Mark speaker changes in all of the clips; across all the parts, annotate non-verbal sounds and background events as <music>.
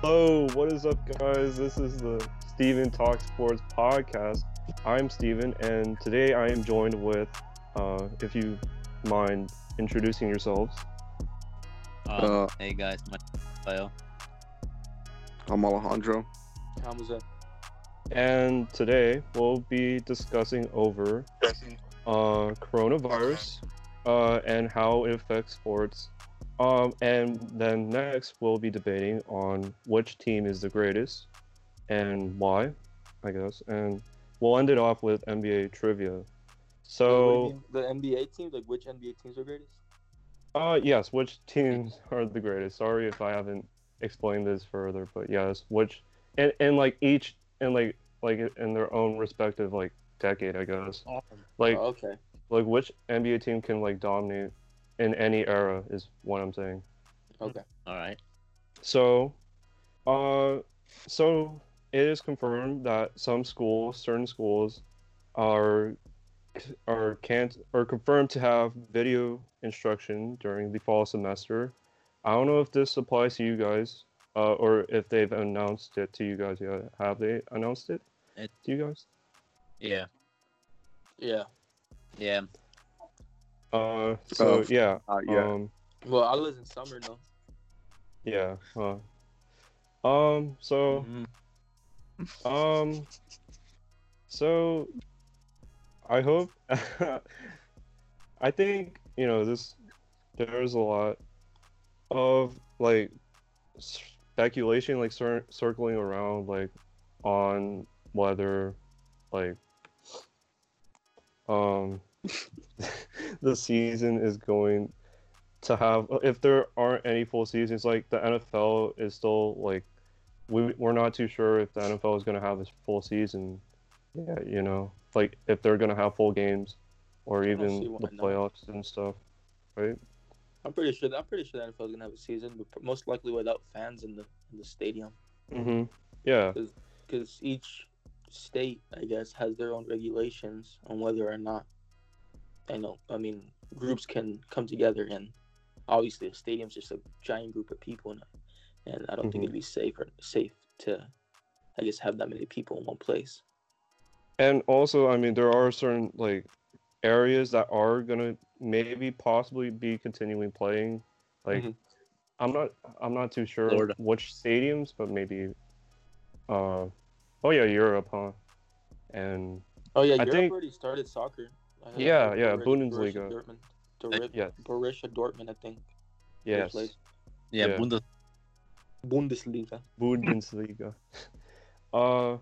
Speaker 1: Hello, what is up, guys? This is the Steven Talk Sports podcast. I'm Steven, and today I am joined with, uh, if you mind introducing yourselves.
Speaker 2: Um,
Speaker 3: Uh,
Speaker 2: hey guys, my bio.
Speaker 3: I'm Alejandro.
Speaker 4: Hamza.
Speaker 1: And today we'll be discussing over uh, coronavirus uh, and how it affects sports. Um, and then next we'll be debating on which team is the greatest and why, I guess. And we'll end it off with NBA trivia. So.
Speaker 4: the NBA teams, like which NBA teams are greatest?
Speaker 1: Uh, yes. Which teams are the greatest? Sorry if I haven't explained this further, but yes, which and and like each and like like in their own respective like decade, I guess. Like
Speaker 4: Oh, okay.
Speaker 1: like which NBA team can like dominate in any era is what I'm saying. mm-hmm.
Speaker 4: Okay.
Speaker 2: All right.
Speaker 1: So, uh, so it is confirmed that some schools, certain schools, are are can't are confirmed to have video instruction during the fall semester. I don't know if this applies to you guys, uh, or if they've announced it to you guys yet. Have they announced it
Speaker 2: It-
Speaker 1: to you guys?
Speaker 2: Yeah.
Speaker 4: Yeah.
Speaker 2: Yeah.
Speaker 1: Uh, so
Speaker 3: Uh,
Speaker 1: yeah,
Speaker 3: Uh, yeah.
Speaker 1: um,
Speaker 4: Well, I was in summer though.
Speaker 1: yeah. Uh, um, so. Um. So, I hope. <laughs> I think you know this. There's a lot of like speculation, like cir- circling around, like on whether, like, um, <laughs> the season is going to have if there aren't any full seasons. Like the NFL is still like we, we're not too sure if the NFL is going to have a full season. Yeah, you know, like if they're going to have full games or
Speaker 4: don't
Speaker 1: even
Speaker 4: see why
Speaker 1: the
Speaker 4: not.
Speaker 1: playoffs and stuff, right?
Speaker 4: I'm pretty sure. I'm pretty sure the NFL is gonna have a season, but pr- most likely without fans in the in the stadium,
Speaker 1: Mm-hmm. Yeah.
Speaker 4: because each state, I guess, has their own regulations on whether or not. I know. I mean, groups can come together, and obviously, the stadium's just a giant group of people, and, and I don't
Speaker 1: Mhm.
Speaker 4: think it'd be safe or safe to, I guess, have that many people in one place.
Speaker 1: And also, I mean, there are certain like areas that are gonna maybe possibly be continuing playing. Like,
Speaker 4: Mhm.
Speaker 1: I'm not, I'm not too sure
Speaker 2: Florida.
Speaker 1: which stadiums, but maybe. Uh, oh yeah, Europe, huh? And
Speaker 4: Oh yeah,
Speaker 1: I
Speaker 4: Europe
Speaker 1: think-
Speaker 4: already started soccer. I heard
Speaker 1: Yeah,
Speaker 4: Bor-
Speaker 1: yeah,
Speaker 4: Borussia-
Speaker 1: Bundesliga.
Speaker 4: Borussia Dortmund. Dor-
Speaker 1: yes,
Speaker 4: Borussia Dortmund, I think. they
Speaker 1: yes,
Speaker 4: played.
Speaker 2: Yeah.
Speaker 1: Yeah.
Speaker 2: Bundes-
Speaker 4: Bundesliga. <laughs>
Speaker 1: Bundesliga. Uh,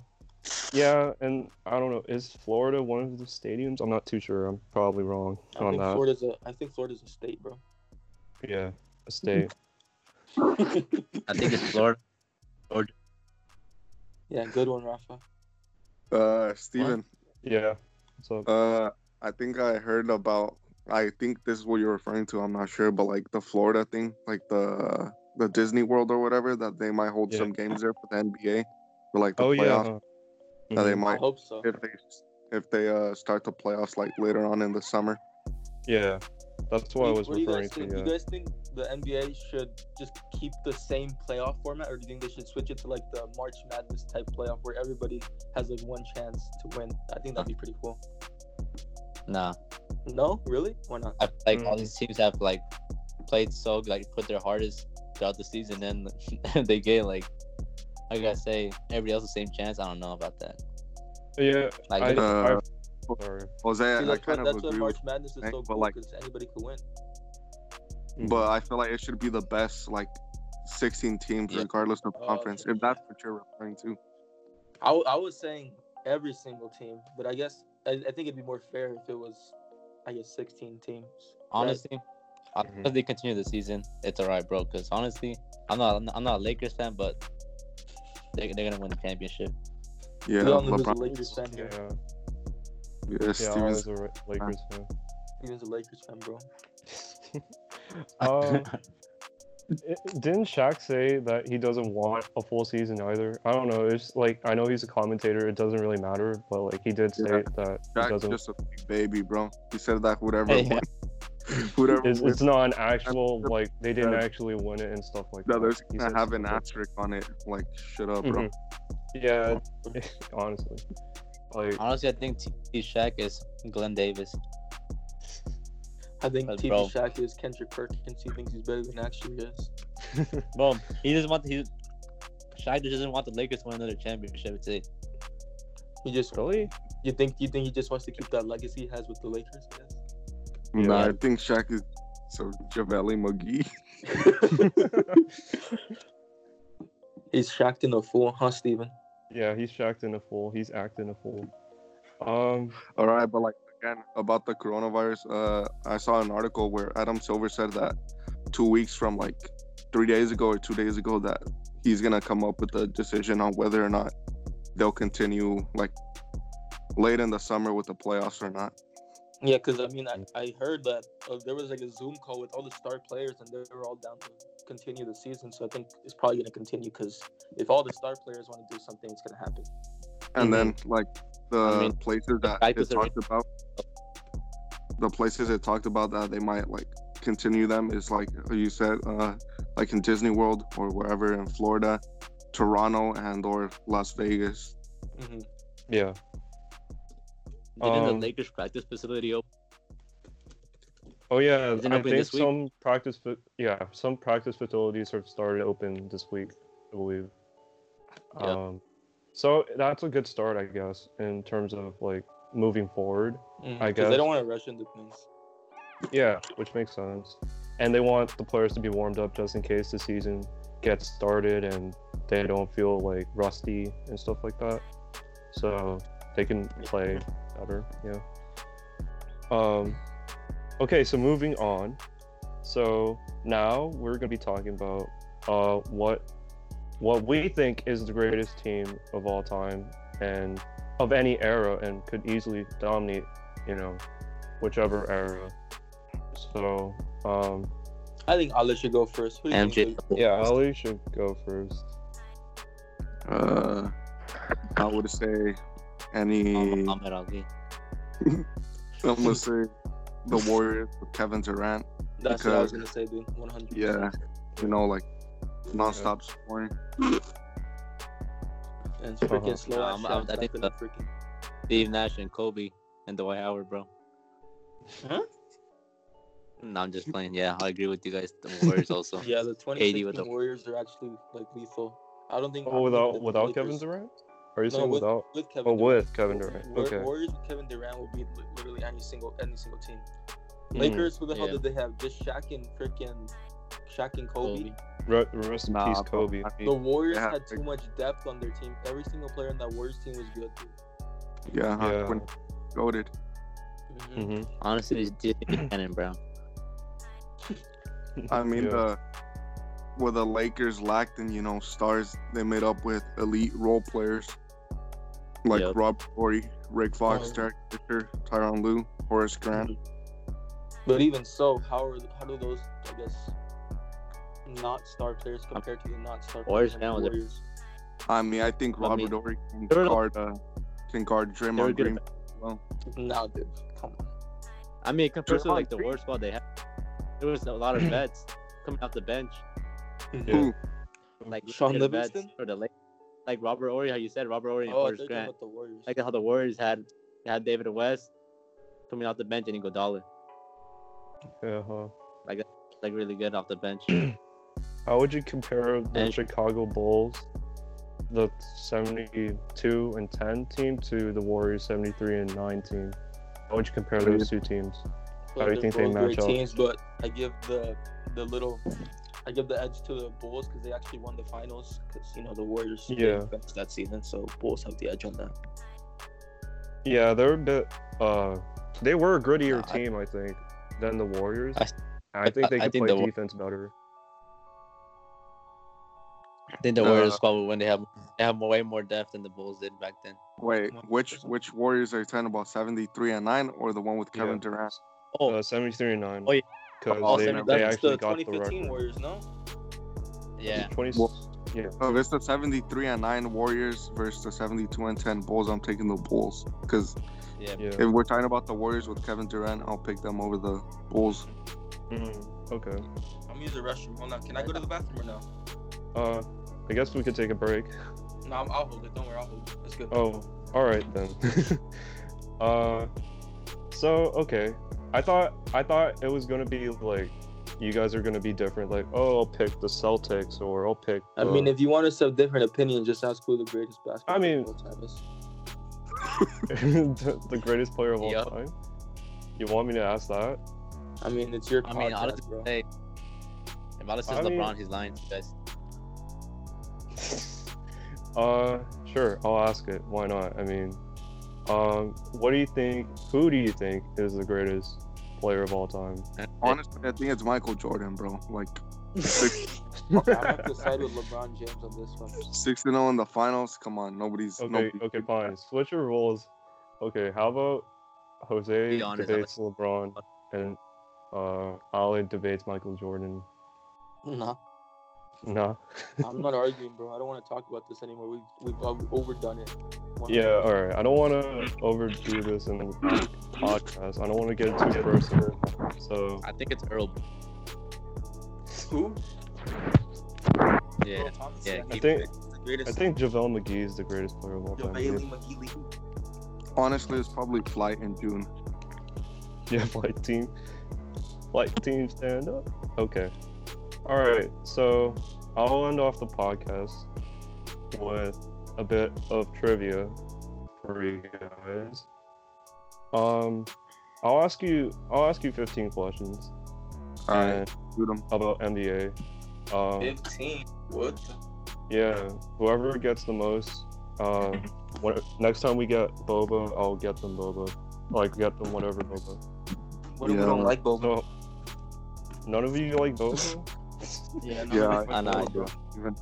Speaker 1: yeah, and I don't know. Is Florida one of the stadiums? I'm not too sure. I'm probably wrong
Speaker 4: I
Speaker 1: on
Speaker 4: think
Speaker 1: that.
Speaker 4: Florida's a. I think Florida's a state, bro. <laughs>
Speaker 1: Yeah,
Speaker 4: Mm-hmm.
Speaker 1: a state.
Speaker 2: I think it's Florida.
Speaker 4: yeah, good one, Rafa.
Speaker 1: Oh.
Speaker 3: Uh, Steven,
Speaker 1: yeah. So
Speaker 3: uh, I think I heard about. I think this is what you're referring to. I'm not sure, but like the Florida thing, like the the Disney World or whatever, that they might hold
Speaker 1: Yeah.
Speaker 3: some games there for the NBA for like the
Speaker 1: oh yeah.
Speaker 3: playoffs.
Speaker 1: huh.
Speaker 3: That they
Speaker 1: Mhm.
Speaker 4: I
Speaker 3: might
Speaker 4: hope so.
Speaker 3: if they if they uh start the playoffs like later on in the summer.
Speaker 1: Yeah, that's what I
Speaker 4: Do-
Speaker 1: was
Speaker 4: do you
Speaker 1: referring
Speaker 4: guys
Speaker 1: to.
Speaker 4: think?
Speaker 1: Yeah.
Speaker 4: You guys think the NBA should just keep the same playoff format, or do you think they should switch it to like the March Madness type playoff where everybody has like one chance to win? I think that'd be pretty cool.
Speaker 5: Nah,
Speaker 4: No, really? Why not?
Speaker 5: I feel like all
Speaker 1: Mm.
Speaker 5: these teams have like played so like put their hardest throughout the season, and <laughs> they get like like I say, everybody else the same chance. I don't know about that.
Speaker 1: yeah,
Speaker 5: Like,
Speaker 1: I,
Speaker 3: Uh,
Speaker 1: I, sorry.
Speaker 3: Jose,
Speaker 4: See,
Speaker 3: I
Speaker 4: that's why,
Speaker 3: kind of
Speaker 4: that's why
Speaker 3: agree with,
Speaker 4: March Madness is
Speaker 3: Hank,
Speaker 4: so
Speaker 3: but,
Speaker 4: cool
Speaker 3: like-
Speaker 4: because anybody could win.
Speaker 3: but I feel like it should be the best like 16 teams
Speaker 5: Yeah.
Speaker 3: regardless of
Speaker 4: Oh,
Speaker 3: conference.
Speaker 4: yeah.
Speaker 3: If that's what you're referring to.
Speaker 4: I, w- I was saying every single team, but I guess I, I think it'd be more fair if it was, I guess, 16 teams.
Speaker 5: Honestly, I
Speaker 1: Mhm.
Speaker 5: think if they continue the season, it's alright, bro. Because honestly, I'm not I'm not- I'm not a Lakers fan, but they they're gonna win the championship.
Speaker 3: Yeah,
Speaker 4: Yeah, we all know who's a
Speaker 3: LeBron,
Speaker 4: Lakers fan
Speaker 1: yeah,
Speaker 4: here.
Speaker 3: yeah,
Speaker 1: yeah. I was
Speaker 3: Steven's-
Speaker 1: a Ra- Lakers
Speaker 3: <laughs>
Speaker 1: fan.
Speaker 4: Steven's a Lakers fan, bro.
Speaker 3: <laughs>
Speaker 1: um, it- didn't Shaq say that he doesn't want a full season either? I don't know. It's like I know he's a commentator. It doesn't really matter, but like he did
Speaker 3: Yeah.
Speaker 1: state that he
Speaker 3: Shaq's
Speaker 1: doesn't. <laughs>
Speaker 3: just a big baby, bro. He said that whatever.
Speaker 5: Hey,
Speaker 3: went- Whoever
Speaker 1: It's,
Speaker 3: wins,
Speaker 1: it's not an
Speaker 3: <laughs>
Speaker 1: actual like they didn't
Speaker 3: That's-
Speaker 1: actually win it and stuff like
Speaker 3: no,
Speaker 1: that.
Speaker 3: there's
Speaker 1: He
Speaker 3: gonna
Speaker 1: says-
Speaker 3: have an asterisk on it. Like, shut up, bro.
Speaker 1: Mhm. Yeah, <laughs> honestly, like
Speaker 5: Honestly, I think T. Shaq is Glenn Davis.
Speaker 4: I think
Speaker 5: But
Speaker 4: TV
Speaker 5: bro-
Speaker 4: Shaq is Kendrick Perkins. He thinks he's better than actually is.
Speaker 5: Boom. He doesn't want he. Shaq just doesn't want the Lakers to win another championship. It's it.
Speaker 4: He just
Speaker 1: really,
Speaker 4: you think you think he just wants to keep that legacy he has with the Lakers? Yes.
Speaker 1: Mm-hmm.
Speaker 3: Nah, I think Shaq is so Javale McGee.
Speaker 4: He's shocked in a fool, huh, Steven?
Speaker 1: <laughs> yeah, he's shocked in a fool. He's acting a fool. Um,
Speaker 3: <laughs> All right, but like again about the coronavirus, uh, I saw an article where Adam Silver said that two weeks from like three days ago or two days ago that he's gonna come up with a decision on whether or not they'll continue like late in the summer with the playoffs or not.
Speaker 4: Yeah, because I mean, I, I heard that uh, there was like a Zoom call with all the star players, and they were all down to continue the season. So I think it's probably going to continue because if all the star players want to do something, it's going to happen.
Speaker 3: And then like the
Speaker 5: I mean,
Speaker 3: places that
Speaker 5: I
Speaker 3: it
Speaker 5: could-
Speaker 3: talked about, the places it talked about that they might like continue them is like you said, uh, like in Disney World or wherever in Florida, Toronto and or Las Vegas.
Speaker 4: Mm-hmm.
Speaker 1: yeah,
Speaker 5: Didn't the
Speaker 1: Um,
Speaker 5: Lakers practice facility open?
Speaker 1: oh yeah,
Speaker 5: Is it
Speaker 1: I
Speaker 5: open
Speaker 1: think
Speaker 5: this week?
Speaker 1: some practice, fa- yeah, some practice facilities have started open this week, I believe.
Speaker 5: Yeah.
Speaker 1: Um, so that's a good start, I guess, in terms of like moving forward. I
Speaker 4: Mm-hmm. they
Speaker 1: guess.
Speaker 4: don't want to rush into things.
Speaker 1: Yeah, which makes sense. And they want the players to be warmed up just in case the season gets started and they don't feel like rusty and stuff like that. So they can play better, yeah. Um okay, so moving on. So now we're gonna be talking about uh what what we think is the greatest team of all time and of any era and could easily dominate, you know, whichever era. So, um,
Speaker 4: I think I'll let you go first. Who do you
Speaker 2: MJ.
Speaker 4: think
Speaker 1: yeah, Ali should go first.
Speaker 3: Uh, I would say any. I'm
Speaker 5: Muhammad Ali.
Speaker 3: gonna say the Warriors with Kevin Durant.
Speaker 4: Luke- That's what I was
Speaker 3: Because-
Speaker 4: going to say, dude. 100.
Speaker 3: Yeah, you know, like nonstop scoring.
Speaker 4: And freaking
Speaker 1: Uh-huh.
Speaker 4: slow.
Speaker 5: Nah,
Speaker 4: ass
Speaker 5: I'm- I'm-
Speaker 4: shots.
Speaker 5: I
Speaker 4: I
Speaker 5: think
Speaker 4: couldn't
Speaker 5: that-
Speaker 4: freaking.
Speaker 5: Steve Nash and Kobe and Dwight Howard, bro.
Speaker 4: Huh?
Speaker 5: No, I'm just playing. Yeah, I agree with you guys. The Warriors also.
Speaker 4: <laughs> Yeah, the 2016
Speaker 5: KD with the-
Speaker 4: Warriors are actually like lethal. I don't think. I
Speaker 1: Oh,
Speaker 4: don't think
Speaker 1: without
Speaker 4: the
Speaker 1: without
Speaker 4: Lakers-
Speaker 1: Kevin Durant? Are you
Speaker 4: No,
Speaker 1: saying
Speaker 4: with-
Speaker 1: without?
Speaker 4: With Kevin.
Speaker 1: Oh,
Speaker 4: Durant.
Speaker 1: with Kevin Durant.
Speaker 4: War-
Speaker 1: Okay.
Speaker 4: Warriors with Kevin Durant will be li- literally any single any single team.
Speaker 1: Mm.
Speaker 4: Lakers, who the hell
Speaker 5: Yeah.
Speaker 4: did they have? Just Shaq and freaking Shaq and Kobe.
Speaker 5: Kobe.
Speaker 1: Re- rest in
Speaker 3: Nah,
Speaker 1: peace,
Speaker 3: bro,
Speaker 1: Kobe.
Speaker 3: I
Speaker 4: The
Speaker 3: mean,
Speaker 4: Warriors
Speaker 3: Yeah.
Speaker 4: had too much depth on their team. Every single player in that Warriors team was good. Dude.
Speaker 3: yeah,
Speaker 5: <laughs>
Speaker 1: Yeah.
Speaker 3: when goaded.
Speaker 5: Mm-hmm.
Speaker 1: Mhm.
Speaker 5: Honestly, it's Jimmy Cannon, bro.
Speaker 3: I mean,
Speaker 1: Yeah.
Speaker 3: the where the Lakers lacked in you know stars, they made up with elite role players like
Speaker 5: Yep.
Speaker 3: Rob Corey, Rick Fox,
Speaker 4: Oh.
Speaker 3: Derek Fisher, Tyron Lue, Horace Grant.
Speaker 4: But even so, how are how do those I guess not star players compared to the not star
Speaker 5: Warriors
Speaker 4: players? on
Speaker 5: now
Speaker 4: the
Speaker 5: was a-
Speaker 4: Warriors?
Speaker 3: I mean, I think
Speaker 5: I
Speaker 3: Robert
Speaker 5: mean,
Speaker 3: Ory can
Speaker 5: they were-
Speaker 3: guard uh, can guard
Speaker 5: they were
Speaker 3: Draymond
Speaker 5: good
Speaker 3: Green. Well,
Speaker 4: Nah, dude, come on.
Speaker 5: I mean, compared to
Speaker 3: Draymond
Speaker 5: like the
Speaker 3: Green.
Speaker 5: worst squad they had, there was a lot of vets coming off the bench,
Speaker 4: <laughs>
Speaker 1: Yeah.
Speaker 5: like
Speaker 4: Sean
Speaker 5: legitimate vets
Speaker 4: Livingston?
Speaker 5: for the Lakers, like Robert Ory, how you said Robert Ory and
Speaker 4: Oh,
Speaker 5: Horace
Speaker 4: they're talking
Speaker 5: Grant,
Speaker 4: about the Warriors.
Speaker 5: like how the Warriors had had David West coming off the bench and Iguodala,
Speaker 1: Yeah, huh.
Speaker 5: like really good off the <clears throat> bench.
Speaker 1: How would you compare the
Speaker 5: And-
Speaker 1: Chicago Bulls, the 72 and 10 team, to the Warriors 73 and 9 team? How would you compare
Speaker 3: I mean-
Speaker 1: those two teams?
Speaker 4: But
Speaker 1: How do you
Speaker 4: they're
Speaker 1: think they
Speaker 4: both
Speaker 1: match
Speaker 4: great
Speaker 1: up?
Speaker 4: Teams, but I give the the little, I give the edge to the Bulls because they actually won the finals. Because you know the Warriors, did
Speaker 1: Yeah.
Speaker 4: best that season, so Bulls have the edge on that.
Speaker 1: Yeah, they're a bit. Uh, they were a grittier
Speaker 5: Nah, I-
Speaker 1: team, I think, than the Warriors.
Speaker 5: I-
Speaker 1: I, think they
Speaker 5: I- I
Speaker 1: could
Speaker 5: think
Speaker 1: play
Speaker 5: the Wa-
Speaker 1: defense better.
Speaker 5: I think the
Speaker 3: Uh,
Speaker 5: Warriors squad would win. They have they have way more depth than the Bulls did back then.
Speaker 3: wait, which which Warriors are you talking about? Seventy three and nine, or the one with Kevin
Speaker 1: Yeah.
Speaker 3: Durant?
Speaker 5: Oh,
Speaker 1: Uh, 73 and 9.
Speaker 5: Oh, yeah.
Speaker 1: Because
Speaker 5: Oh,
Speaker 1: they,
Speaker 5: 70
Speaker 1: they
Speaker 4: That's
Speaker 1: actually
Speaker 4: the
Speaker 1: got the
Speaker 4: 2015
Speaker 1: record.
Speaker 4: Warriors, no?
Speaker 5: yeah.
Speaker 1: 20, yeah.
Speaker 3: Oh, it's the seventy three and nine Warriors versus the seventy two and ten Bulls. I'm taking the Bulls because
Speaker 5: Yeah.
Speaker 1: Yeah.
Speaker 3: If we're talking about the Warriors with Kevin Durant, I'll pick them over the Bulls.
Speaker 1: Mm, okay.
Speaker 4: I'm using the restroom. Hold on. Can I go to the bathroom or no?
Speaker 1: Uh, I guess we could take a break.
Speaker 4: No, I'm, I'll hold it. Don't worry. I'll hold it. It's good.
Speaker 1: Oh, all right then. <laughs> uh, so okay, I thought I thought it was gonna be like you guys are gonna be different. Like, oh, I'll pick the Celtics or I'll pick.
Speaker 4: I mean,
Speaker 1: the-
Speaker 4: if you want us to have different opinions, just ask who the greatest basketball
Speaker 1: uh, I mean-
Speaker 4: player is.
Speaker 1: <laughs> the the greatest player of all
Speaker 2: Yup.
Speaker 1: time. You want me to ask that?
Speaker 4: I mean, it's your
Speaker 5: I mean,
Speaker 4: podcast,
Speaker 5: honestly, <laughs>
Speaker 4: bro.
Speaker 5: hey,
Speaker 2: If Alice says
Speaker 1: I mean-
Speaker 2: LeBron, he's lying to you guys.
Speaker 1: Uh, sure, I'll ask it. Why not? I mean, um, what do you think? Who do you think is the greatest player of all time?
Speaker 3: Honestly, I think it's Michael Jordan, bro. Like
Speaker 1: <laughs>
Speaker 4: I'm not to side with LeBron James on this one.
Speaker 3: six and zero in the finals. Come on, nobody's
Speaker 1: Okay,
Speaker 3: nobody-
Speaker 1: okay, fine. Switch your roles. Okay, how about Jose
Speaker 2: Be honest,
Speaker 1: debates LeBron and uh Ali debates Michael Jordan?
Speaker 4: No,
Speaker 1: Nah.
Speaker 4: I'm not arguing, bro. I don't want to talk about this anymore. We've, we've o- overdone it. One-
Speaker 1: Yeah,
Speaker 3: uh,
Speaker 1: all right. I don't want to overdo this in the podcast. I don't want to get too personal. So,
Speaker 2: I think it's Earl.
Speaker 4: Who?
Speaker 2: Yeah.
Speaker 4: Bro, Thomas
Speaker 2: yeah,
Speaker 4: Sack
Speaker 1: I
Speaker 2: keep-
Speaker 1: think
Speaker 4: is the
Speaker 1: I
Speaker 4: greatest.
Speaker 1: think JaVale McGee is the greatest player of all
Speaker 4: Yo,
Speaker 1: time.
Speaker 4: Bailey McGeely.
Speaker 3: Honestly, it's probably Flight in June.
Speaker 1: <laughs> Yeah, white team. White team stand up. Okay. All right. So I'll end off the podcast with a bit of trivia for you guys. Um, I'll ask you. I'll ask you 15 questions
Speaker 3: All right,
Speaker 1: and
Speaker 3: shoot 'em.
Speaker 1: about NBA. Um,
Speaker 4: 15. What?
Speaker 1: yeah. Whoever gets the most.
Speaker 3: <laughs>
Speaker 1: Uh, when, next time we get Boba, I'll get them Boba. Like get them whatever Boba.
Speaker 4: What if we
Speaker 3: Yeah.
Speaker 4: don't like Boba?
Speaker 1: So, none of you like Boba?
Speaker 4: Mm-hmm. Yeah, no,
Speaker 3: Yeah,
Speaker 4: we like
Speaker 5: I know, I
Speaker 4: Boba, bro.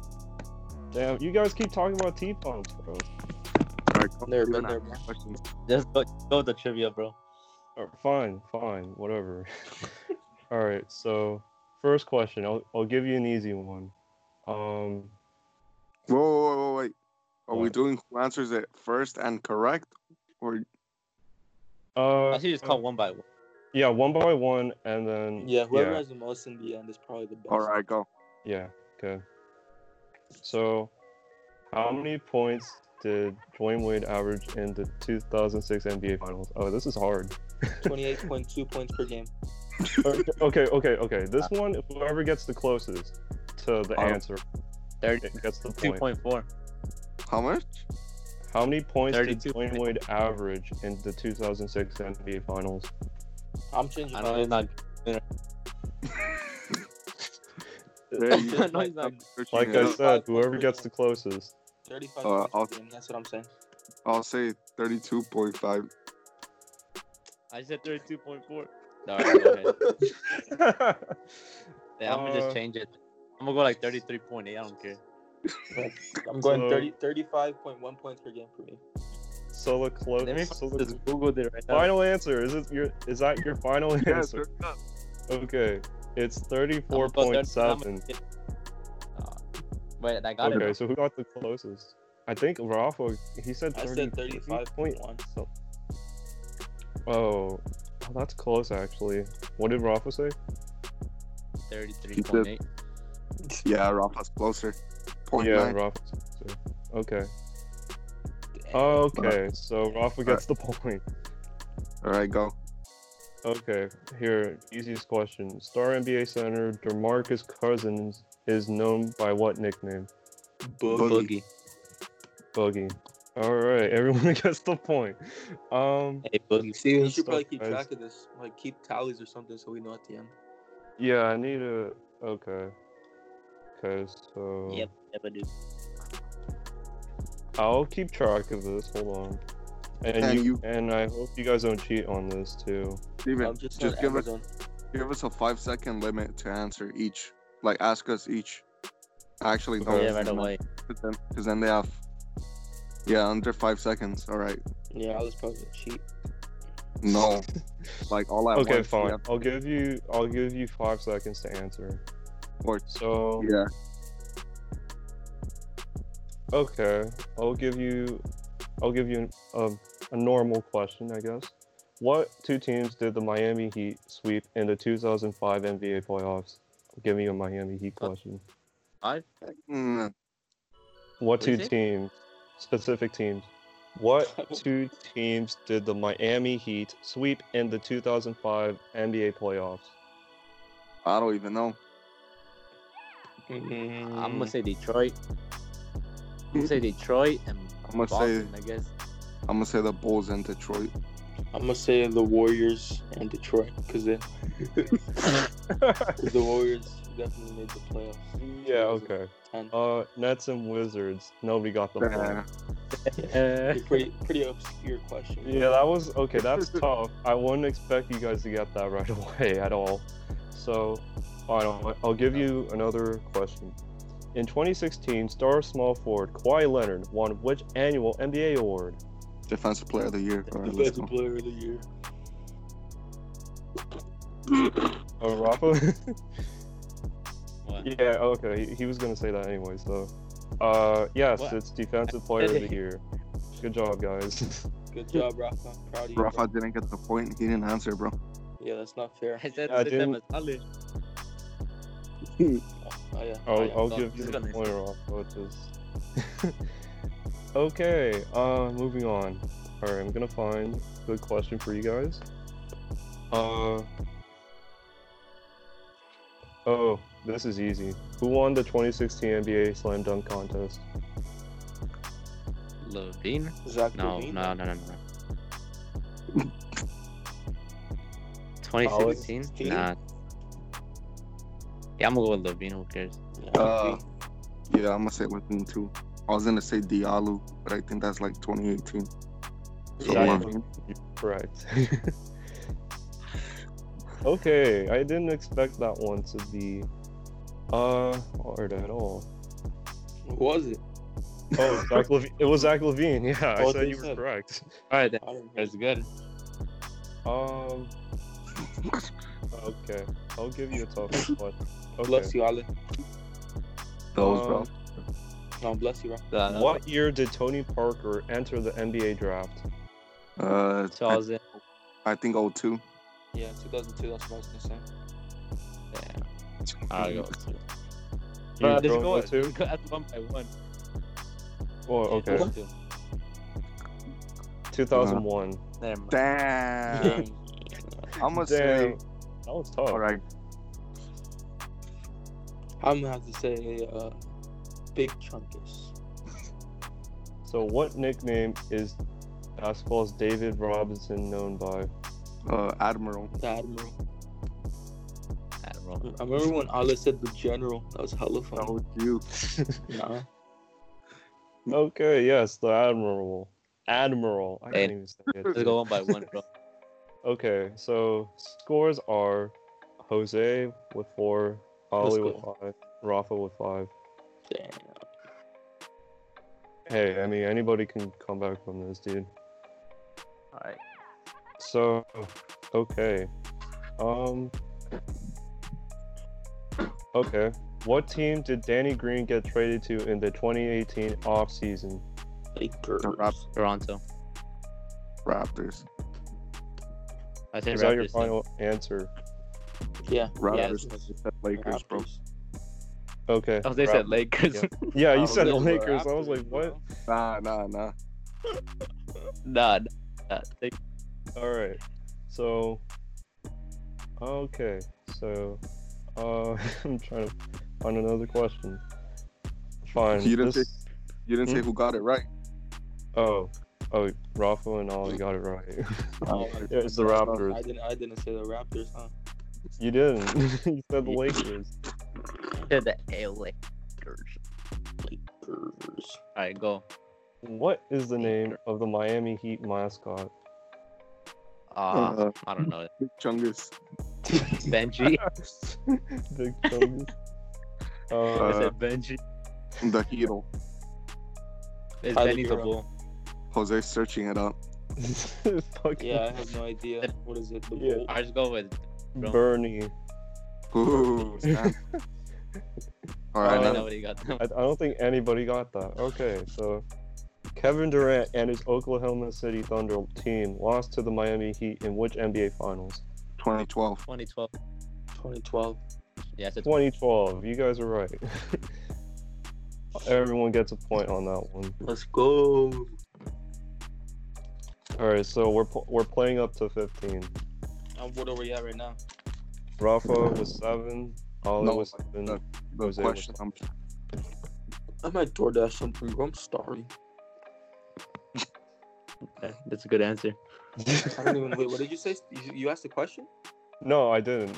Speaker 1: Damn, you guys keep talking about T-Pumps, bro.
Speaker 3: All right, come
Speaker 4: Never
Speaker 3: shoot
Speaker 4: been
Speaker 3: 'em.
Speaker 4: there, bro.
Speaker 3: Questions.
Speaker 5: just go, go with the trivia, bro.
Speaker 1: Uh, Or, fine, fine, whatever. <laughs> All right, so first question. I'll, I'll give you an easy one. Um,
Speaker 3: Whoa, whoa, whoa, whoa, wait. Are we
Speaker 1: What?
Speaker 3: doing who answers it first and correct, or
Speaker 1: uh,
Speaker 5: I should just call one by one.
Speaker 1: yeah, one by one, and then
Speaker 4: Yeah, whoever
Speaker 1: yeah,
Speaker 4: has the most in the end is probably the best.
Speaker 3: all right? Go.
Speaker 1: yeah, okay. So, how many points did Dwayne Wade average in the 2006 NBA Finals? Oh, this is hard.
Speaker 4: 28.2 points per game.
Speaker 1: okay, okay, okay. This
Speaker 5: Uh,
Speaker 1: one, whoever gets the closest to the
Speaker 3: Oh.
Speaker 1: answer,
Speaker 2: Thirty-
Speaker 1: it gets the
Speaker 5: Two
Speaker 1: point.
Speaker 5: point four.
Speaker 1: <laughs>
Speaker 3: How much?
Speaker 1: How many points did
Speaker 2: 32.
Speaker 1: Dwayne Wade average in the 2006 NBA Finals?
Speaker 4: I'm changing
Speaker 5: I
Speaker 4: my
Speaker 5: know he's not.
Speaker 3: There you
Speaker 5: I know he's not.
Speaker 1: <laughs> Like
Speaker 3: Yeah.
Speaker 1: I said, whoever gets the closest.
Speaker 4: 35
Speaker 3: Uh, I'll-
Speaker 4: points per game. That's what I'm saying.
Speaker 3: I'll say thirty-two point five.
Speaker 1: <laughs>
Speaker 5: I said thirty-two point four. Alright, go ahead.
Speaker 1: <laughs>
Speaker 5: Yeah, I'm gonna
Speaker 1: Uh,
Speaker 5: just change it. I'm gonna go like thirty-three point eight. I don't care.
Speaker 4: I'm going
Speaker 1: So-
Speaker 4: 30, 35.1 points per game for me.
Speaker 1: so the close.
Speaker 5: Let me
Speaker 1: So
Speaker 5: just
Speaker 1: the
Speaker 5: Google it right now.
Speaker 1: final answer is it your? Is that your final <laughs>
Speaker 3: Yeah,
Speaker 1: answer? Okay, it's
Speaker 5: I'm gonna go
Speaker 1: 34.7.
Speaker 5: 30. Uh, Wait, I got
Speaker 1: Okay,
Speaker 5: it.
Speaker 1: so who got the closest? I think Rafa. He said
Speaker 4: I
Speaker 1: 30.
Speaker 4: said 35.1.
Speaker 1: So, oh, oh, that's close actually. What did Rafa say?
Speaker 5: Thirty-three point eight.
Speaker 3: Yeah, Rafa's closer. Point
Speaker 1: yeah,
Speaker 3: nine.
Speaker 1: Rafa. said- Okay.
Speaker 3: Oh,
Speaker 1: Okay, so Rafa gets the point.
Speaker 3: All right, go.
Speaker 1: Okay, here, easiest question. Star NBA center DeMarcus Cousins is known by what nickname?
Speaker 3: Boogie.
Speaker 1: Boogie. All right, <laughs> everyone gets the point. Um,
Speaker 5: Hey, Boogie.
Speaker 4: See, you should
Speaker 1: stuff,
Speaker 4: probably keep
Speaker 1: guys.
Speaker 4: track of this. Like, keep tallies or something so we know at the end.
Speaker 1: yeah, I need a. Okay. Okay, so
Speaker 5: Yep, yep, I do.
Speaker 1: I'll keep track of this. Hold on. And,
Speaker 3: And
Speaker 1: you,
Speaker 3: you-
Speaker 1: and I hope you guys don't cheat on this too.
Speaker 3: Steven,
Speaker 4: I'm just,
Speaker 3: just
Speaker 4: on
Speaker 3: give us
Speaker 4: Amazon.
Speaker 3: give us a five second limit to answer each. Like ask us each. Actually, don't.
Speaker 5: yeah, right away.
Speaker 3: Because then they have. Yeah, under five seconds. All right.
Speaker 4: Yeah, I was probably a cheat.
Speaker 3: No. like all at
Speaker 1: Okay,
Speaker 3: once.
Speaker 1: fine.
Speaker 3: Yeah,
Speaker 1: I'll give you. I'll give you five seconds to answer.
Speaker 3: Or-
Speaker 1: So
Speaker 3: yeah.
Speaker 1: okay, I'll give you. I'll give you a a normal question, I guess. What two teams did the Miami Heat sweep in the 2005 NBA playoffs? Give me a Miami Heat
Speaker 3: Uh,
Speaker 1: question.
Speaker 3: Mm,
Speaker 1: What
Speaker 2: What'd
Speaker 1: two
Speaker 2: you say?
Speaker 1: teams? Specific teams.
Speaker 2: <laughs>
Speaker 1: What two teams did the Miami Heat sweep in the 2005 NBA playoffs?
Speaker 3: I don't even know.
Speaker 1: Mm-hmm.
Speaker 2: I'm gonna say Detroit. I'm gonna say Detroit and
Speaker 3: I'm gonna say
Speaker 2: Boston, I guess.
Speaker 3: I'm gonna say the Bulls in Detroit.
Speaker 4: I'm gonna say the Warriors and Detroit because the
Speaker 1: <laughs>
Speaker 4: Warriors definitely made the playoffs.
Speaker 1: yeah, okay.
Speaker 4: 2010.
Speaker 1: Uh, Nets and Wizards. Nobody got the point. Eh.
Speaker 4: <laughs> It's pretty pretty obscure question.
Speaker 1: Yeah, that was okay. That's tough. I wouldn't expect you guys to get that right <laughs> away at all. So, fine, I'll, I'll give you another question. In 2016, star small forward Kawhi Leonard won which annual NBA award?
Speaker 3: Defensive Player of the Year. All right, let's
Speaker 4: Defensive
Speaker 3: go.
Speaker 4: player of the year.
Speaker 1: Oh, Rafa?
Speaker 2: What?
Speaker 1: yeah, okay. He, he was going to say that anyways, though. Uh, yes,
Speaker 2: What?
Speaker 1: it's Defensive Player
Speaker 2: <laughs>
Speaker 1: of the
Speaker 2: it.
Speaker 1: Year. Good job, guys.
Speaker 4: Good job, Rafa. Proud of you. bro.
Speaker 3: Rafa didn't get the point. He didn't answer, bro.
Speaker 4: Yeah, that's not fair.
Speaker 2: I said
Speaker 1: I
Speaker 2: the same
Speaker 1: didn't-
Speaker 2: as Ali.
Speaker 4: Oh yeah.
Speaker 1: I'll,
Speaker 2: yeah,
Speaker 1: <laughs> I'll
Speaker 2: so
Speaker 1: give you
Speaker 2: he's
Speaker 1: the
Speaker 2: gonna-
Speaker 1: point, Rob. Which is <laughs> okay. Uh, moving on. All right, I'm gonna find a good question for you guys. Uh, oh, this is easy. Who won the 2016 NBA Slam Dunk contest?
Speaker 2: Levine?
Speaker 4: Zach
Speaker 2: No,
Speaker 4: Levine?
Speaker 2: no, no, no, no.
Speaker 4: 2016?
Speaker 2: 2016?
Speaker 4: Nah.
Speaker 2: Nah. Yeah, I'm gonna go with Levine. Who cares?
Speaker 4: Yeah,
Speaker 3: Uh,
Speaker 4: okay.
Speaker 3: Yeah, I'm gonna say with him too. I was gonna say Diallo, but I think that's like 2018. So
Speaker 1: Yeah,
Speaker 3: Levine.
Speaker 4: <laughs>
Speaker 1: Correct. okay, I didn't expect that one to be uh hard at all.
Speaker 4: Who was it? <laughs>
Speaker 1: Oh, Zach Levine. It was Zach Levine. Yeah, I
Speaker 4: Oh,
Speaker 1: said
Speaker 4: they
Speaker 1: you were
Speaker 4: said.
Speaker 1: correct.
Speaker 2: All right,
Speaker 4: I don't know.
Speaker 2: that's good.
Speaker 1: Um. Okay, I'll give you a tough
Speaker 4: <laughs>
Speaker 1: one.
Speaker 4: Bless
Speaker 1: Okay.
Speaker 4: you, Ali.
Speaker 3: Those, bro.
Speaker 1: Um,
Speaker 4: No, bless you, Rafa.
Speaker 2: Uh,
Speaker 1: What year did Tony Parker enter the NBA draft?
Speaker 3: Uh,
Speaker 2: So I was in.
Speaker 3: I, I think 02.
Speaker 4: Yeah, 2002. That's what I was gonna say.
Speaker 2: I'll go.
Speaker 1: You
Speaker 2: Bro, just
Speaker 1: throwing
Speaker 2: go,
Speaker 1: that too?
Speaker 2: just go at one by one.
Speaker 1: Oh, okay.
Speaker 4: What?
Speaker 1: 2001.
Speaker 2: Never mind.
Speaker 1: <laughs>
Speaker 3: Damn. I'm gonna say.
Speaker 1: Damn. That was tough.
Speaker 3: All right.
Speaker 4: <laughs> I'm gonna have to say, uh, Big Chunkus.
Speaker 1: So, what nickname is basketball's David Robinson known by?
Speaker 3: Uh, Admiral.
Speaker 4: The Admiral.
Speaker 2: I don't know.
Speaker 4: I remember when Ali said the General. That was hella fun.
Speaker 3: That was you.
Speaker 4: Nah.
Speaker 1: Okay, yes, the Admiral. Admiral. I
Speaker 2: Hey.
Speaker 1: can't even say it.
Speaker 2: Let's go one by one, bro.
Speaker 1: Okay, so scores are Jose with four, Ollie with
Speaker 4: go.
Speaker 1: five, Rafa with five.
Speaker 4: Damn.
Speaker 1: Hey, I mean anybody can come back from this, dude.
Speaker 2: All right.
Speaker 1: So, okay, um, okay. What team did Danny Green get traded to in the 2018 offseason?
Speaker 4: Lakers.
Speaker 3: Rap-
Speaker 2: <laughs> Toronto.
Speaker 3: Raptors.
Speaker 2: I said
Speaker 1: Is that your
Speaker 2: Raptors,
Speaker 1: final answer?
Speaker 4: Yeah.
Speaker 3: Raptors.
Speaker 4: Yeah, it's-
Speaker 3: Lakers,
Speaker 1: Oh,
Speaker 3: bro.
Speaker 4: Raptors.
Speaker 1: Okay.
Speaker 2: Oh, they said
Speaker 1: Raptors.
Speaker 2: Lakers.
Speaker 1: Yeah. Yeah, you
Speaker 4: Oh,
Speaker 1: said
Speaker 4: they were
Speaker 1: Lakers. I was
Speaker 4: Raptors,
Speaker 1: like, what?
Speaker 4: bro.
Speaker 3: Nah, nah, nah.
Speaker 2: <laughs> nah, nah, they-
Speaker 1: All right. So, okay. So, uh, <laughs> I'm trying to find another question. Fine.
Speaker 3: You didn't
Speaker 1: this-
Speaker 3: You didn't
Speaker 1: Hmm?
Speaker 3: say who got it right.
Speaker 1: Oh, oh, Rafa and Ollie got it right.
Speaker 4: <laughs> Oh,
Speaker 1: Yeah, it's the
Speaker 4: I
Speaker 1: Raptors.
Speaker 4: didn't. I didn't say the Raptors, huh?
Speaker 1: You didn't. <laughs> you said the Lakers.
Speaker 2: said the LA Lakers.
Speaker 4: Lakers.
Speaker 2: All right, go.
Speaker 1: What is the name of the Miami Heat
Speaker 4: <laughs>
Speaker 1: mascot? Ah.
Speaker 2: Uh,
Speaker 3: Uh,
Speaker 2: I don't know.
Speaker 3: Big Chungus.
Speaker 2: Benji.
Speaker 1: <laughs> Big Chungus?
Speaker 2: <laughs> I
Speaker 4: <laughs>
Speaker 1: Uh,
Speaker 2: said Benji.
Speaker 3: The hero.
Speaker 2: It's
Speaker 4: Tyler
Speaker 2: Benny the
Speaker 4: Hero.
Speaker 2: Bull.
Speaker 3: Jose searching it up.
Speaker 1: <laughs> fucking
Speaker 4: Uh, Yeah, I have no idea. What is it? The
Speaker 1: Yeah.
Speaker 4: Bolt?
Speaker 2: I just go with bro.
Speaker 1: Bernie.
Speaker 3: Ooh,
Speaker 1: <laughs>
Speaker 3: man. All
Speaker 1: Uh,
Speaker 3: right,
Speaker 2: I
Speaker 3: now
Speaker 5: Oh,
Speaker 2: nobody got <laughs> them.
Speaker 1: I, I don't think anybody got that. Okay, so Kevin Durant and his Oklahoma City Thunder team lost to the Miami Heat in which NBA Finals?
Speaker 3: 2012.
Speaker 5: 2012.
Speaker 4: 2012.
Speaker 5: Yeah, it's a
Speaker 1: 2012. You guys are right. <laughs> Everyone gets a point on that one.
Speaker 4: Let's go.
Speaker 1: All right, so we're pl- we're playing up to 15.
Speaker 4: Um, what are we at right now?
Speaker 1: Rafa was seven. Ollie
Speaker 3: No,
Speaker 1: was seven.
Speaker 3: the- The
Speaker 1: Jose was-
Speaker 3: question. I'm, <laughs>
Speaker 4: I might DoorDash something, bro. I'm starving.
Speaker 5: Okay, that's a
Speaker 1: <laughs>
Speaker 5: good answer.
Speaker 4: I don't even. Wait, what did you say? You, you asked the question?
Speaker 1: No, I
Speaker 3: <laughs>
Speaker 1: didn't.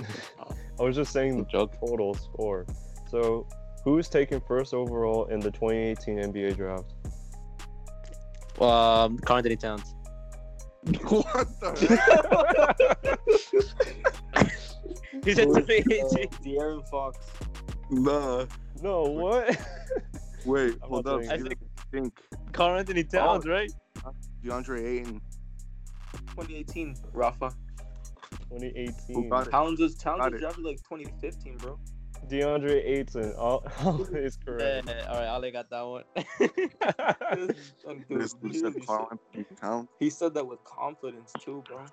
Speaker 1: I was just saying the
Speaker 5: Joke.
Speaker 1: total score. So, who's taken first overall in the 2018 NBA draft? <laughs>
Speaker 5: Um, Condon
Speaker 2: <laughs>
Speaker 5: Towns.
Speaker 3: what the heck?
Speaker 5: He
Speaker 4: said
Speaker 5: said
Speaker 4: to
Speaker 2: <laughs>
Speaker 5: to
Speaker 4: Uh, De'Aaron Fox.
Speaker 1: <laughs>
Speaker 3: Nah.
Speaker 1: no, what?
Speaker 3: Wait,
Speaker 1: I'm
Speaker 3: hold
Speaker 1: not
Speaker 3: up.
Speaker 1: saying-
Speaker 5: I
Speaker 3: you
Speaker 5: think-
Speaker 3: think
Speaker 5: Anthony
Speaker 1: Oh.
Speaker 5: Towns, right?
Speaker 3: DeAndre Ayton.
Speaker 4: 2018, Rafa.
Speaker 1: 2018.
Speaker 3: got it?
Speaker 4: Towns was
Speaker 3: Got
Speaker 4: Towns
Speaker 3: it.
Speaker 4: was drafted like 2015, bro.
Speaker 1: DeAndre Ayton. <laughs> All, all is correct.
Speaker 5: Yeah, all right, Ali got that one.
Speaker 2: <laughs>
Speaker 4: <laughs> This- um, dude,
Speaker 3: This dude
Speaker 4: literally
Speaker 3: said Carl
Speaker 4: said-
Speaker 3: Anthony Towns.
Speaker 4: He said that with confidence too, bro.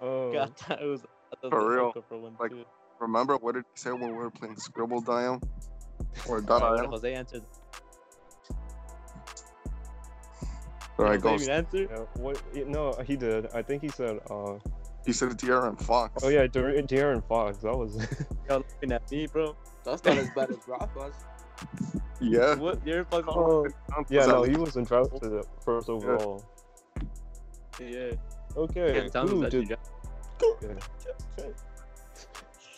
Speaker 1: Oh,
Speaker 5: <laughs> got that. It was, that was
Speaker 3: For
Speaker 5: a
Speaker 3: real.
Speaker 5: joker for one,
Speaker 3: Like,
Speaker 5: too.
Speaker 3: Remember what did he say when we were playing Scribble Diam?
Speaker 5: All
Speaker 3: Or
Speaker 5: right,
Speaker 3: Dot
Speaker 5: well, Jose answered.
Speaker 3: All
Speaker 5: Jose
Speaker 3: right, go.
Speaker 5: even answered.
Speaker 1: yeah, what? No, he did. I think he said. Uh,
Speaker 3: He said De'Aaron Fox.
Speaker 1: oh yeah, De- De'Aaron Fox. That was. <laughs>
Speaker 5: Y'all looking at me, bro.
Speaker 4: That's not as
Speaker 3: <laughs>
Speaker 4: bad as Rafa's.
Speaker 3: Yeah.
Speaker 5: What? You're fucking.
Speaker 1: oh,
Speaker 3: Towns
Speaker 1: yeah,
Speaker 3: was at
Speaker 1: no,
Speaker 3: least-
Speaker 1: he wasn't drafted at first overall.
Speaker 5: Yeah.
Speaker 1: Okay,
Speaker 5: Cam Towns
Speaker 1: who
Speaker 5: was actually
Speaker 1: did,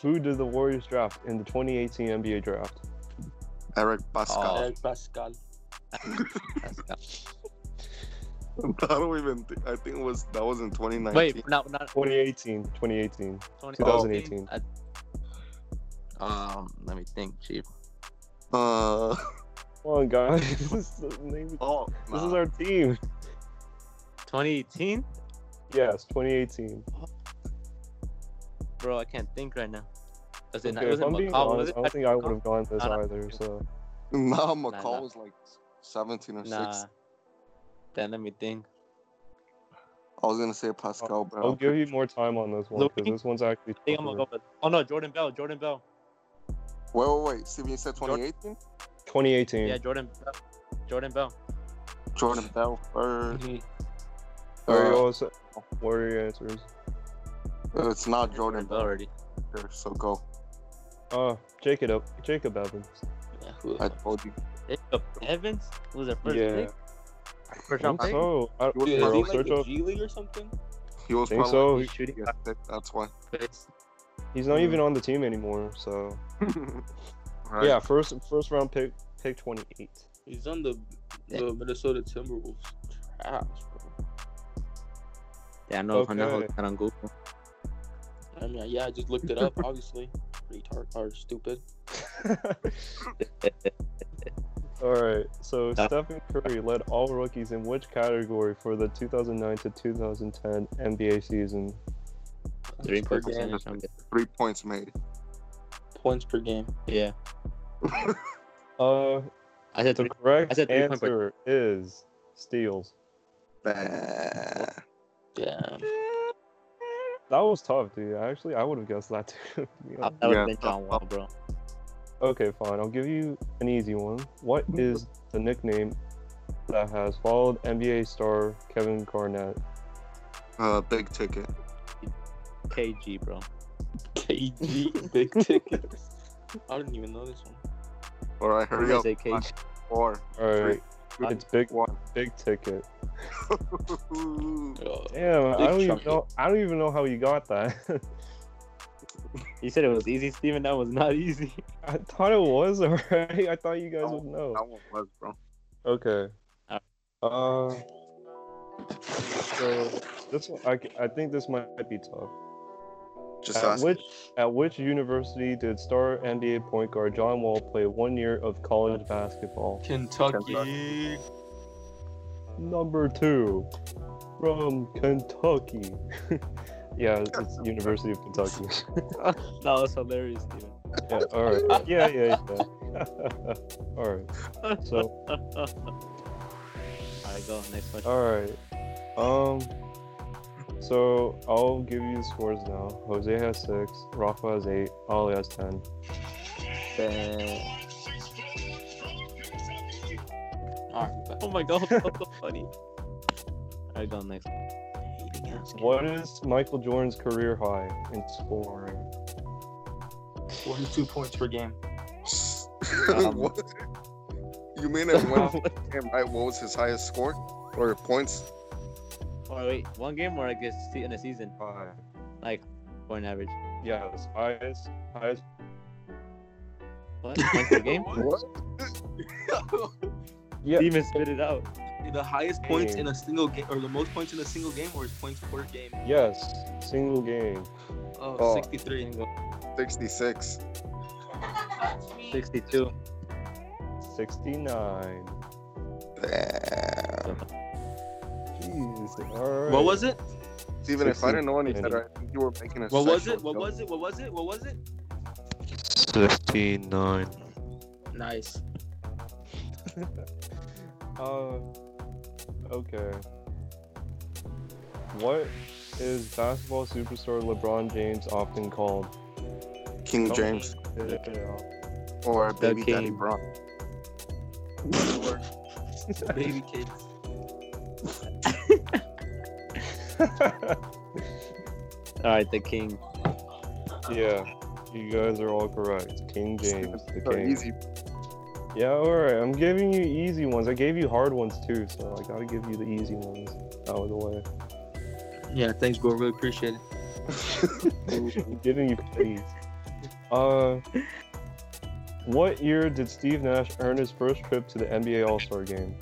Speaker 1: who did the Warriors draft in the 2018 NBA draft?
Speaker 3: Eric Pascal.
Speaker 4: Eric Pascal.
Speaker 5: <laughs> drafted.
Speaker 3: <laughs> I don't even. Think, I think it was that was in 2019.
Speaker 5: Wait, not not
Speaker 1: 2018, 2018.
Speaker 5: 20,
Speaker 1: 2018.
Speaker 5: I- um, let me think, chief.
Speaker 3: Uh, <laughs>
Speaker 1: Come on, guys. <laughs> this is, the name-
Speaker 3: oh,
Speaker 1: this
Speaker 3: nah.
Speaker 1: is our team. <laughs>
Speaker 5: 2018,
Speaker 1: Yes, 2018.
Speaker 5: bro. I can't think right now. Was
Speaker 1: Okay,
Speaker 5: it? not- it
Speaker 1: if
Speaker 5: wasn't
Speaker 1: I'm being
Speaker 5: McCollum, was
Speaker 1: honest,
Speaker 5: it?
Speaker 1: I don't think I would have gone this
Speaker 5: Nah, nah.
Speaker 1: either. So
Speaker 3: nah,
Speaker 5: nah.
Speaker 3: McCall was like 17 or
Speaker 5: Nah.
Speaker 3: 6.
Speaker 5: Then let me think.
Speaker 3: I was gonna say Pascal, but
Speaker 1: I'll give you more time on this one because
Speaker 5: Louis?
Speaker 1: this one's actually.
Speaker 5: I think I'm gonna go
Speaker 1: tougher.
Speaker 5: with. Oh no, Jordan Bell. Jordan Bell.
Speaker 3: wait, wait, wait. Steven, you said
Speaker 5: Jordan-
Speaker 3: 2018.
Speaker 5: Yeah,
Speaker 1: 2018.
Speaker 5: Jordan. Bell. Jordan Bell.
Speaker 3: Jordan Bell or
Speaker 1: <laughs>
Speaker 4: Mm-hmm.
Speaker 1: Are you
Speaker 3: uh,
Speaker 1: all set? What are your answers?
Speaker 3: it's not Jordan Bell.
Speaker 5: already.
Speaker 3: So go.
Speaker 1: Uh, Jacob, Ev- Jacob Evans.
Speaker 4: Yeah, who-
Speaker 3: I told you.
Speaker 5: Jacob Evans was their first
Speaker 1: Yeah.
Speaker 5: pick. First
Speaker 1: I
Speaker 5: round
Speaker 1: think
Speaker 5: pick.
Speaker 1: so. I,
Speaker 3: Dude,
Speaker 4: Dude,
Speaker 1: bro,
Speaker 4: is he like
Speaker 1: search
Speaker 4: a
Speaker 1: up-
Speaker 4: G League or something?
Speaker 3: He was
Speaker 1: think
Speaker 3: probably
Speaker 1: so.
Speaker 5: He's shooting
Speaker 3: yeah, that- that's why.
Speaker 5: guards.
Speaker 1: He's not even on the team anymore. So
Speaker 3: Right.
Speaker 1: yeah, first first round pick, pick 28.
Speaker 4: He's on the the Minnesota Timberwolves. Trash, bro.
Speaker 5: Yeah, I know. I know.
Speaker 1: Okay.
Speaker 5: I don't Google.
Speaker 4: I mean, yeah, I just looked it <laughs> up. Obviously, retard or stupid.
Speaker 1: <laughs> all right. So
Speaker 5: Nah.
Speaker 1: Stephen Curry led all rookies in which category for the 2009 to 2010 NBA season?
Speaker 5: Three
Speaker 4: per
Speaker 5: points.
Speaker 4: game.
Speaker 5: percentage, I'm good.
Speaker 3: Three points made. <laughs>
Speaker 4: Points per game.
Speaker 5: Yeah.
Speaker 1: Uh,
Speaker 5: I said
Speaker 1: the
Speaker 5: three.
Speaker 1: correct
Speaker 5: I said three point
Speaker 1: answer is steals.
Speaker 3: Bah.
Speaker 4: <laughs> Damn.
Speaker 1: That was tough, dude. Actually, I would have guessed that <laughs> too. to be
Speaker 5: I
Speaker 1: honest.
Speaker 5: would
Speaker 3: Yeah.
Speaker 5: have been John Wall, bro.
Speaker 1: Okay, fine. I'll give you an easy one. What is the nickname that has followed NBA star Kevin Garnett?
Speaker 3: Uh, big ticket.
Speaker 5: KG, bro.
Speaker 4: KG <laughs> big tickets. I didn't even know this one.
Speaker 3: All right,
Speaker 5: I'm
Speaker 3: hurry
Speaker 5: gonna
Speaker 3: up.
Speaker 5: say KG.
Speaker 3: Four.
Speaker 1: All right,
Speaker 3: Three.
Speaker 1: it's big,
Speaker 3: One.
Speaker 1: big ticket.
Speaker 4: Oh,
Speaker 1: Damn, I
Speaker 4: Big
Speaker 1: don't even
Speaker 4: chunky.
Speaker 1: know. I don't even know how you got that. <laughs>
Speaker 5: You said it was easy, Steven. That was not <laughs> easy.
Speaker 1: I thought it was <laughs> alright. I thought you guys
Speaker 3: No.
Speaker 1: would know.
Speaker 3: That one was, bro.
Speaker 1: Okay.
Speaker 5: Uh.
Speaker 1: Uh, so this one, I, I think this might be tough.
Speaker 3: Just
Speaker 5: Uh,
Speaker 1: At
Speaker 3: ask.
Speaker 1: which at which university did star NBA point guard John Wall play one year of college basketball?
Speaker 4: Kentucky.
Speaker 1: Number two, from Kentucky. <laughs> yeah, it's University of Kentucky. <laughs>
Speaker 5: that was hilarious, Steven.
Speaker 1: yeah, all right. Yeah, <laughs> yeah, yeah. all right. So
Speaker 5: right, go next question.
Speaker 1: All right. Um. So I'll give you the scores now. Jose has six. Rafa has eight. Ali has ten.
Speaker 5: Uh,
Speaker 4: All right, but
Speaker 5: oh my god, <laughs> that's so funny. All right, go
Speaker 3: <laughs>
Speaker 5: next.
Speaker 4: hating ass.
Speaker 1: What is Michael Jordan's career high in scoring?
Speaker 4: Forty-two points per <laughs> game.
Speaker 3: <laughs>
Speaker 5: Um,
Speaker 3: what? You mean it
Speaker 5: <laughs>
Speaker 3: went him right? What was his highest score or points?
Speaker 5: Oh wait, one game or I guess se- in a season
Speaker 1: High.
Speaker 5: point average.
Speaker 1: Yes. Highest. Highest.
Speaker 3: <laughs>
Speaker 5: What? Points per game?
Speaker 4: <laughs>
Speaker 3: What?
Speaker 1: Yeah.
Speaker 5: He even spit it out.
Speaker 4: The highest points
Speaker 1: Game.
Speaker 4: in a single game, or the most points in a single game, or his points per game?
Speaker 1: Yes. Single game.
Speaker 4: Oh,
Speaker 3: Oh.
Speaker 4: 63.
Speaker 3: Sixty-six.
Speaker 5: 62.
Speaker 1: Sixty-nine.
Speaker 3: Damn.
Speaker 1: Jeez. All right.
Speaker 4: What was it?
Speaker 3: Steven, if I didn't know any
Speaker 1: 60.
Speaker 3: better, I think you were making a.
Speaker 4: What was
Speaker 3: sexual
Speaker 4: it? What
Speaker 3: joke.
Speaker 4: was it? What was it? What was it?
Speaker 1: Sixty-nine.
Speaker 4: Nice.
Speaker 1: Uh, okay. What is basketball superstar LeBron James often called?
Speaker 3: King James or
Speaker 5: Oh.
Speaker 3: Baby Daddy
Speaker 5: King.
Speaker 3: Brown?
Speaker 4: Or Baby kids.
Speaker 5: All right, the king.
Speaker 1: <laughs> yeah, you guys are all correct. King James, the
Speaker 3: So
Speaker 1: king.
Speaker 3: easy. <laughs>
Speaker 1: Yeah, all right. I'm giving you easy ones. I gave you hard ones too, so I gotta give you the easy ones out of the way.
Speaker 4: Yeah, thanks, bro. Really appreciate it.
Speaker 1: I'm giving you please. Uh, what year did Steve Nash earn his first trip to the NBA All Star Game?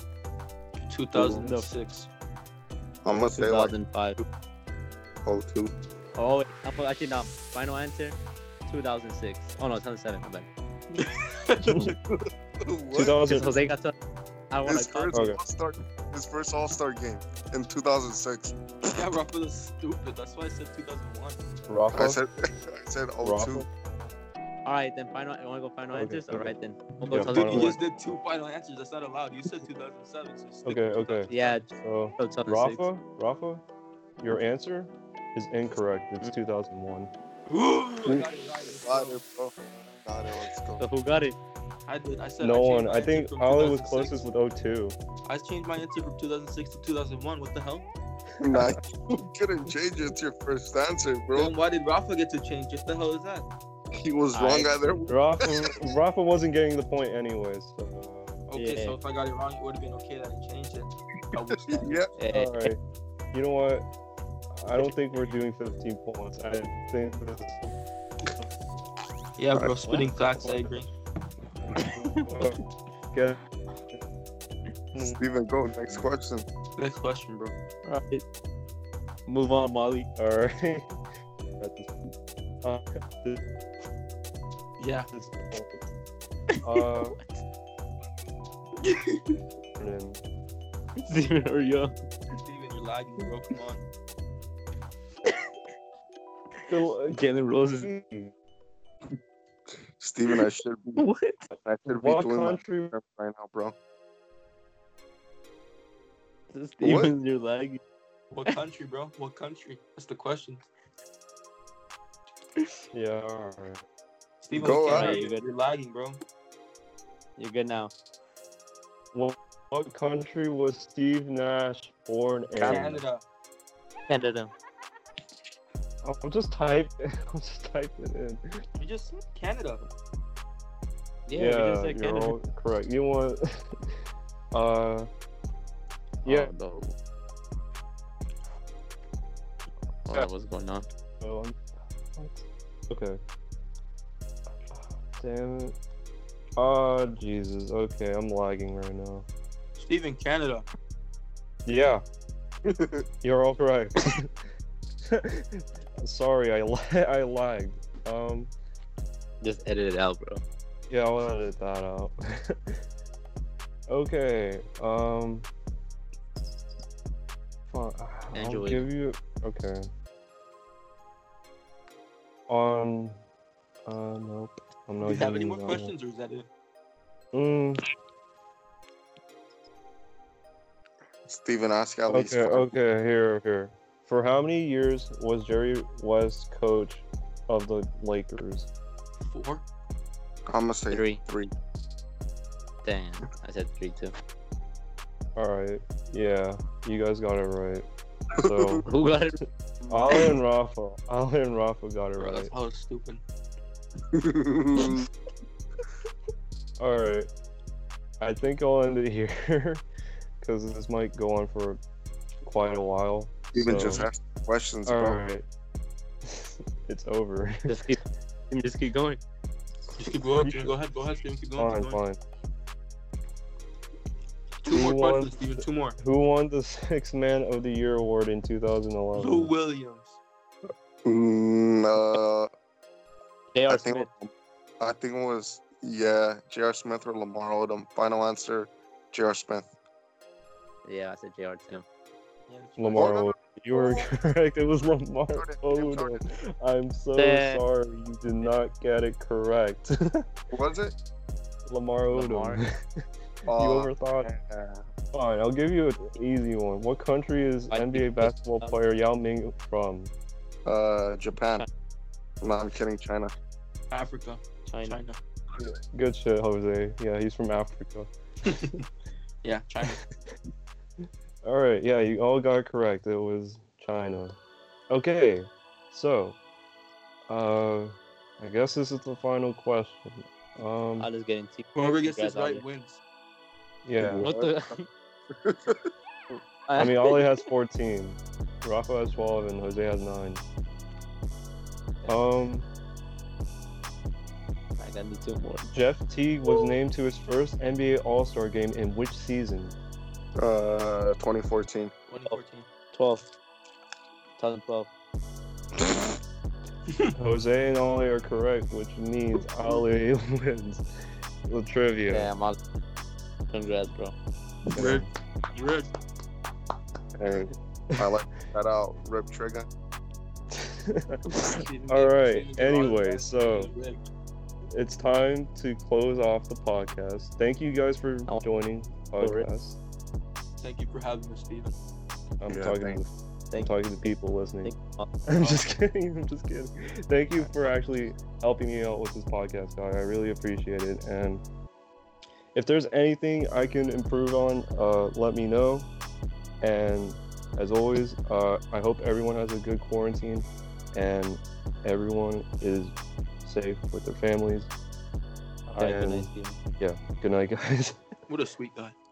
Speaker 4: 2006.
Speaker 3: I'm gonna say like
Speaker 5: 2005.
Speaker 3: oh two.
Speaker 5: Oh, wait, I'm- oh, actually, no. Final answer 2006. Oh, no, 2007. My bad.
Speaker 4: <laughs>
Speaker 3: <laughs> What?
Speaker 1: 2000.
Speaker 5: Because Jose got to. I want
Speaker 3: His
Speaker 5: to call
Speaker 3: first
Speaker 1: Okay.
Speaker 3: All-Star, his first All-Star game in 2006.
Speaker 4: yeah, Rafa was stupid. That's why I said 2001.
Speaker 1: Rafa?
Speaker 3: I said, <laughs> I said oh two.
Speaker 1: Rafa?
Speaker 5: All right, then final. You want to go final
Speaker 1: Okay,
Speaker 5: answers?
Speaker 1: okay.
Speaker 5: All right, then. We'll
Speaker 1: Yeah,
Speaker 5: go
Speaker 1: final
Speaker 4: Dude, you
Speaker 5: 2001.
Speaker 4: just did two final answers. That's not allowed. You said 2007. So stick
Speaker 1: Okay,
Speaker 4: with
Speaker 1: okay.
Speaker 5: Yeah,
Speaker 1: So
Speaker 5: go 2006.
Speaker 1: Rafa, Rafa, your answer is incorrect. It's
Speaker 5: Mm.
Speaker 1: 2001.
Speaker 4: 2000. Ooh, I got it right. Let's
Speaker 3: Got
Speaker 4: go.
Speaker 3: it, bro. Got it, let's go.
Speaker 5: So who got it?
Speaker 4: I did. I said.
Speaker 1: No
Speaker 4: changed
Speaker 1: one.
Speaker 4: my
Speaker 1: I
Speaker 4: answer
Speaker 1: think
Speaker 4: from
Speaker 1: Ali was
Speaker 4: 2006.
Speaker 1: closest with 02.
Speaker 4: I changed my answer from 2006 to 2001. What the hell?
Speaker 1: <laughs>
Speaker 3: Nah, you couldn't change it. It's your first answer, bro.
Speaker 4: Then why did Rafa get to change? What the hell is that?
Speaker 3: He was
Speaker 5: I-
Speaker 3: wrong
Speaker 5: <laughs>
Speaker 3: either.
Speaker 1: Rafa, Rafa wasn't getting the point anyways. So. uh,
Speaker 4: Okay,
Speaker 5: Yeah.
Speaker 4: so if I got it wrong, it would have been okay that I changed it. I wish that.
Speaker 3: Yeah,
Speaker 5: Eh,
Speaker 1: All right. You know what? I don't think we're doing 15 points. I think this
Speaker 5: <laughs>
Speaker 1: is. <laughs>
Speaker 4: Yeah, bro,
Speaker 3: Alright.
Speaker 4: spitting facts. I agree.
Speaker 1: Okay. Hmm.
Speaker 3: Steven, go. Next question.
Speaker 4: Next question, bro.
Speaker 5: all right. Move on, Molly.
Speaker 1: All <laughs> right. Uh,
Speaker 4: Yeah.
Speaker 1: uh,
Speaker 5: Steven, hurry up.
Speaker 4: Steven, you're lagging, bro. Come on.
Speaker 5: Jalen
Speaker 1: <laughs>
Speaker 5: Rose is.
Speaker 3: Steven, I should be.
Speaker 5: What?
Speaker 3: I should be
Speaker 1: what
Speaker 3: doing my
Speaker 1: country?
Speaker 3: prep right now, bro.
Speaker 5: Steven, you're lagging.
Speaker 4: What country, bro? What country? That's the question.
Speaker 1: Yeah. All right.
Speaker 4: Steven,
Speaker 3: Go
Speaker 4: we can't
Speaker 5: out.
Speaker 4: hear you. You're lagging, bro.
Speaker 5: You're good now.
Speaker 1: What, what country was Steve Nash born in?
Speaker 4: Canada.
Speaker 5: Canada.
Speaker 1: I'm just type. <laughs> I'm just typing in.
Speaker 4: We just said Canada.
Speaker 5: Yeah, we just said
Speaker 1: you're
Speaker 5: Canada.
Speaker 1: all correct. You want? <laughs> uh, yeah.
Speaker 5: Oh, no.
Speaker 1: Yeah.
Speaker 5: Oh, what's going on?
Speaker 1: so Oh, I'm- what? Okay. Damn it. Oh Jesus. Okay, I'm lagging right now.
Speaker 4: Steven, Canada.
Speaker 1: Yeah, you're all correct. <laughs> Sorry, I la- <laughs> I lagged. Um,
Speaker 5: Just edit it out, bro.
Speaker 1: yeah, I'll edit that out. <laughs> okay. Um. Fine. I'll
Speaker 5: Android.
Speaker 1: give you. Okay. On. Uh, nope. I'm not.
Speaker 4: Do you have
Speaker 1: giving
Speaker 4: any more
Speaker 1: that one.
Speaker 4: questions, or is that it?
Speaker 1: Mm.
Speaker 3: Steven, ask at least.
Speaker 1: Okay, okay, here, here. For how many years was Jerry West coach of the Lakers?
Speaker 4: Four?
Speaker 3: I'm gonna say
Speaker 5: Three.
Speaker 3: three. <laughs>
Speaker 5: Damn, I said three too.
Speaker 1: All right, yeah, you guys got it right. So
Speaker 5: Who got it?
Speaker 1: Ali and Rafa, Ali and Rafa got it
Speaker 4: Bro,
Speaker 1: right.
Speaker 4: that's how stupid.
Speaker 1: All right. I think I'll end it here <laughs> because this might go on for quite a while.
Speaker 3: Steven
Speaker 1: so-
Speaker 3: just asked questions,
Speaker 1: All
Speaker 3: bro.
Speaker 1: right. <laughs> it's over.
Speaker 5: Just keep, just keep going.
Speaker 4: Just keep going, Steven. Go ahead, go ahead, Steven. Keep
Speaker 1: <laughs> Fine,
Speaker 4: going. Keep going.
Speaker 1: fine.
Speaker 4: Two more
Speaker 1: Who
Speaker 4: questions,
Speaker 1: wants-
Speaker 4: Steven. Two more.
Speaker 1: Who won the <laughs> Six Man of the Year award in
Speaker 4: Lou
Speaker 1: 2011?
Speaker 4: Williams.
Speaker 3: Mm, uh, I
Speaker 5: J.R.
Speaker 3: think
Speaker 5: Smith.
Speaker 3: I think it was yeah, J.R. Smith or Lamar Odom. Final answer, J.R. Smith.
Speaker 5: Yeah, I said J.R. too.
Speaker 4: Yeah, that's right.
Speaker 1: Lamar
Speaker 3: Oh, no, no,
Speaker 1: Odom. You were correct. It was Lamar
Speaker 3: Jordan,
Speaker 1: Odom.
Speaker 3: James Jordan.
Speaker 1: I'm so
Speaker 5: Dang.
Speaker 1: sorry. You did not get it correct. <laughs>
Speaker 3: Was it?
Speaker 1: Lamar Odom. <laughs>
Speaker 5: Lamar.
Speaker 1: you
Speaker 3: Uh,
Speaker 1: overthought. it. Oh, Fine, I'll give you an easy one. What country is
Speaker 5: I think
Speaker 1: NBA
Speaker 5: it's-
Speaker 1: basketball player Yao Ming from?
Speaker 3: uh, Japan. No, I'm kidding. China.
Speaker 4: Africa.
Speaker 5: China.
Speaker 4: China.
Speaker 1: Good shit, Jose. Yeah, he's from Africa.
Speaker 4: Yeah, China.
Speaker 1: <laughs> All right, yeah, you all got it correct. It was China. Okay, so, uh, I guess this is the final question.
Speaker 5: I'll
Speaker 1: Um,
Speaker 5: just get into
Speaker 4: Whoever gets this
Speaker 5: Congrats, Ali.
Speaker 4: right wins.
Speaker 1: yeah,
Speaker 5: What the? <laughs>
Speaker 1: I mean, Ollie has 14, Rafa has 12, and Jose has nine. Um,
Speaker 5: I got me two more.
Speaker 1: Jeff Teague was named to his first NBA All Star game in which
Speaker 3: <clears throat>
Speaker 1: season?
Speaker 3: Uh, 2014.
Speaker 4: 2014.
Speaker 5: 12. 2012.
Speaker 1: Jose and Ollie are correct, which means Ollie <laughs> wins the trivia.
Speaker 5: Damn, I'll... Congrats, bro.
Speaker 4: Rick. Rick.
Speaker 3: Hey, I like that out. Rip trigger.
Speaker 4: Steven
Speaker 1: All
Speaker 4: gave-
Speaker 1: right,
Speaker 4: Steven gave all the
Speaker 1: anyway,
Speaker 4: best.
Speaker 1: so-
Speaker 4: Rick.
Speaker 1: <laughs> it's time to close off the podcast. Thank you guys for
Speaker 5: Oh.
Speaker 1: joining the podcast.
Speaker 4: Thank you for having us, Steven.
Speaker 1: I'm
Speaker 3: Yeah,
Speaker 1: talking to
Speaker 3: thanks.
Speaker 1: I'm
Speaker 5: Thank you.
Speaker 1: talking to people listening.
Speaker 5: Thank
Speaker 1: <laughs>
Speaker 5: you.
Speaker 1: I'm just kidding. I'm just kidding. Thank you for actually helping me out with this podcast, guy. I really appreciate it. And if there's anything I can improve on, uh, let me know. And as always, uh, I hope everyone has a good quarantine and everyone is safe with their families.
Speaker 5: Thank you,
Speaker 1: And-
Speaker 5: nice team.
Speaker 1: Good night, <laughs> guys.
Speaker 4: What a sweet guy.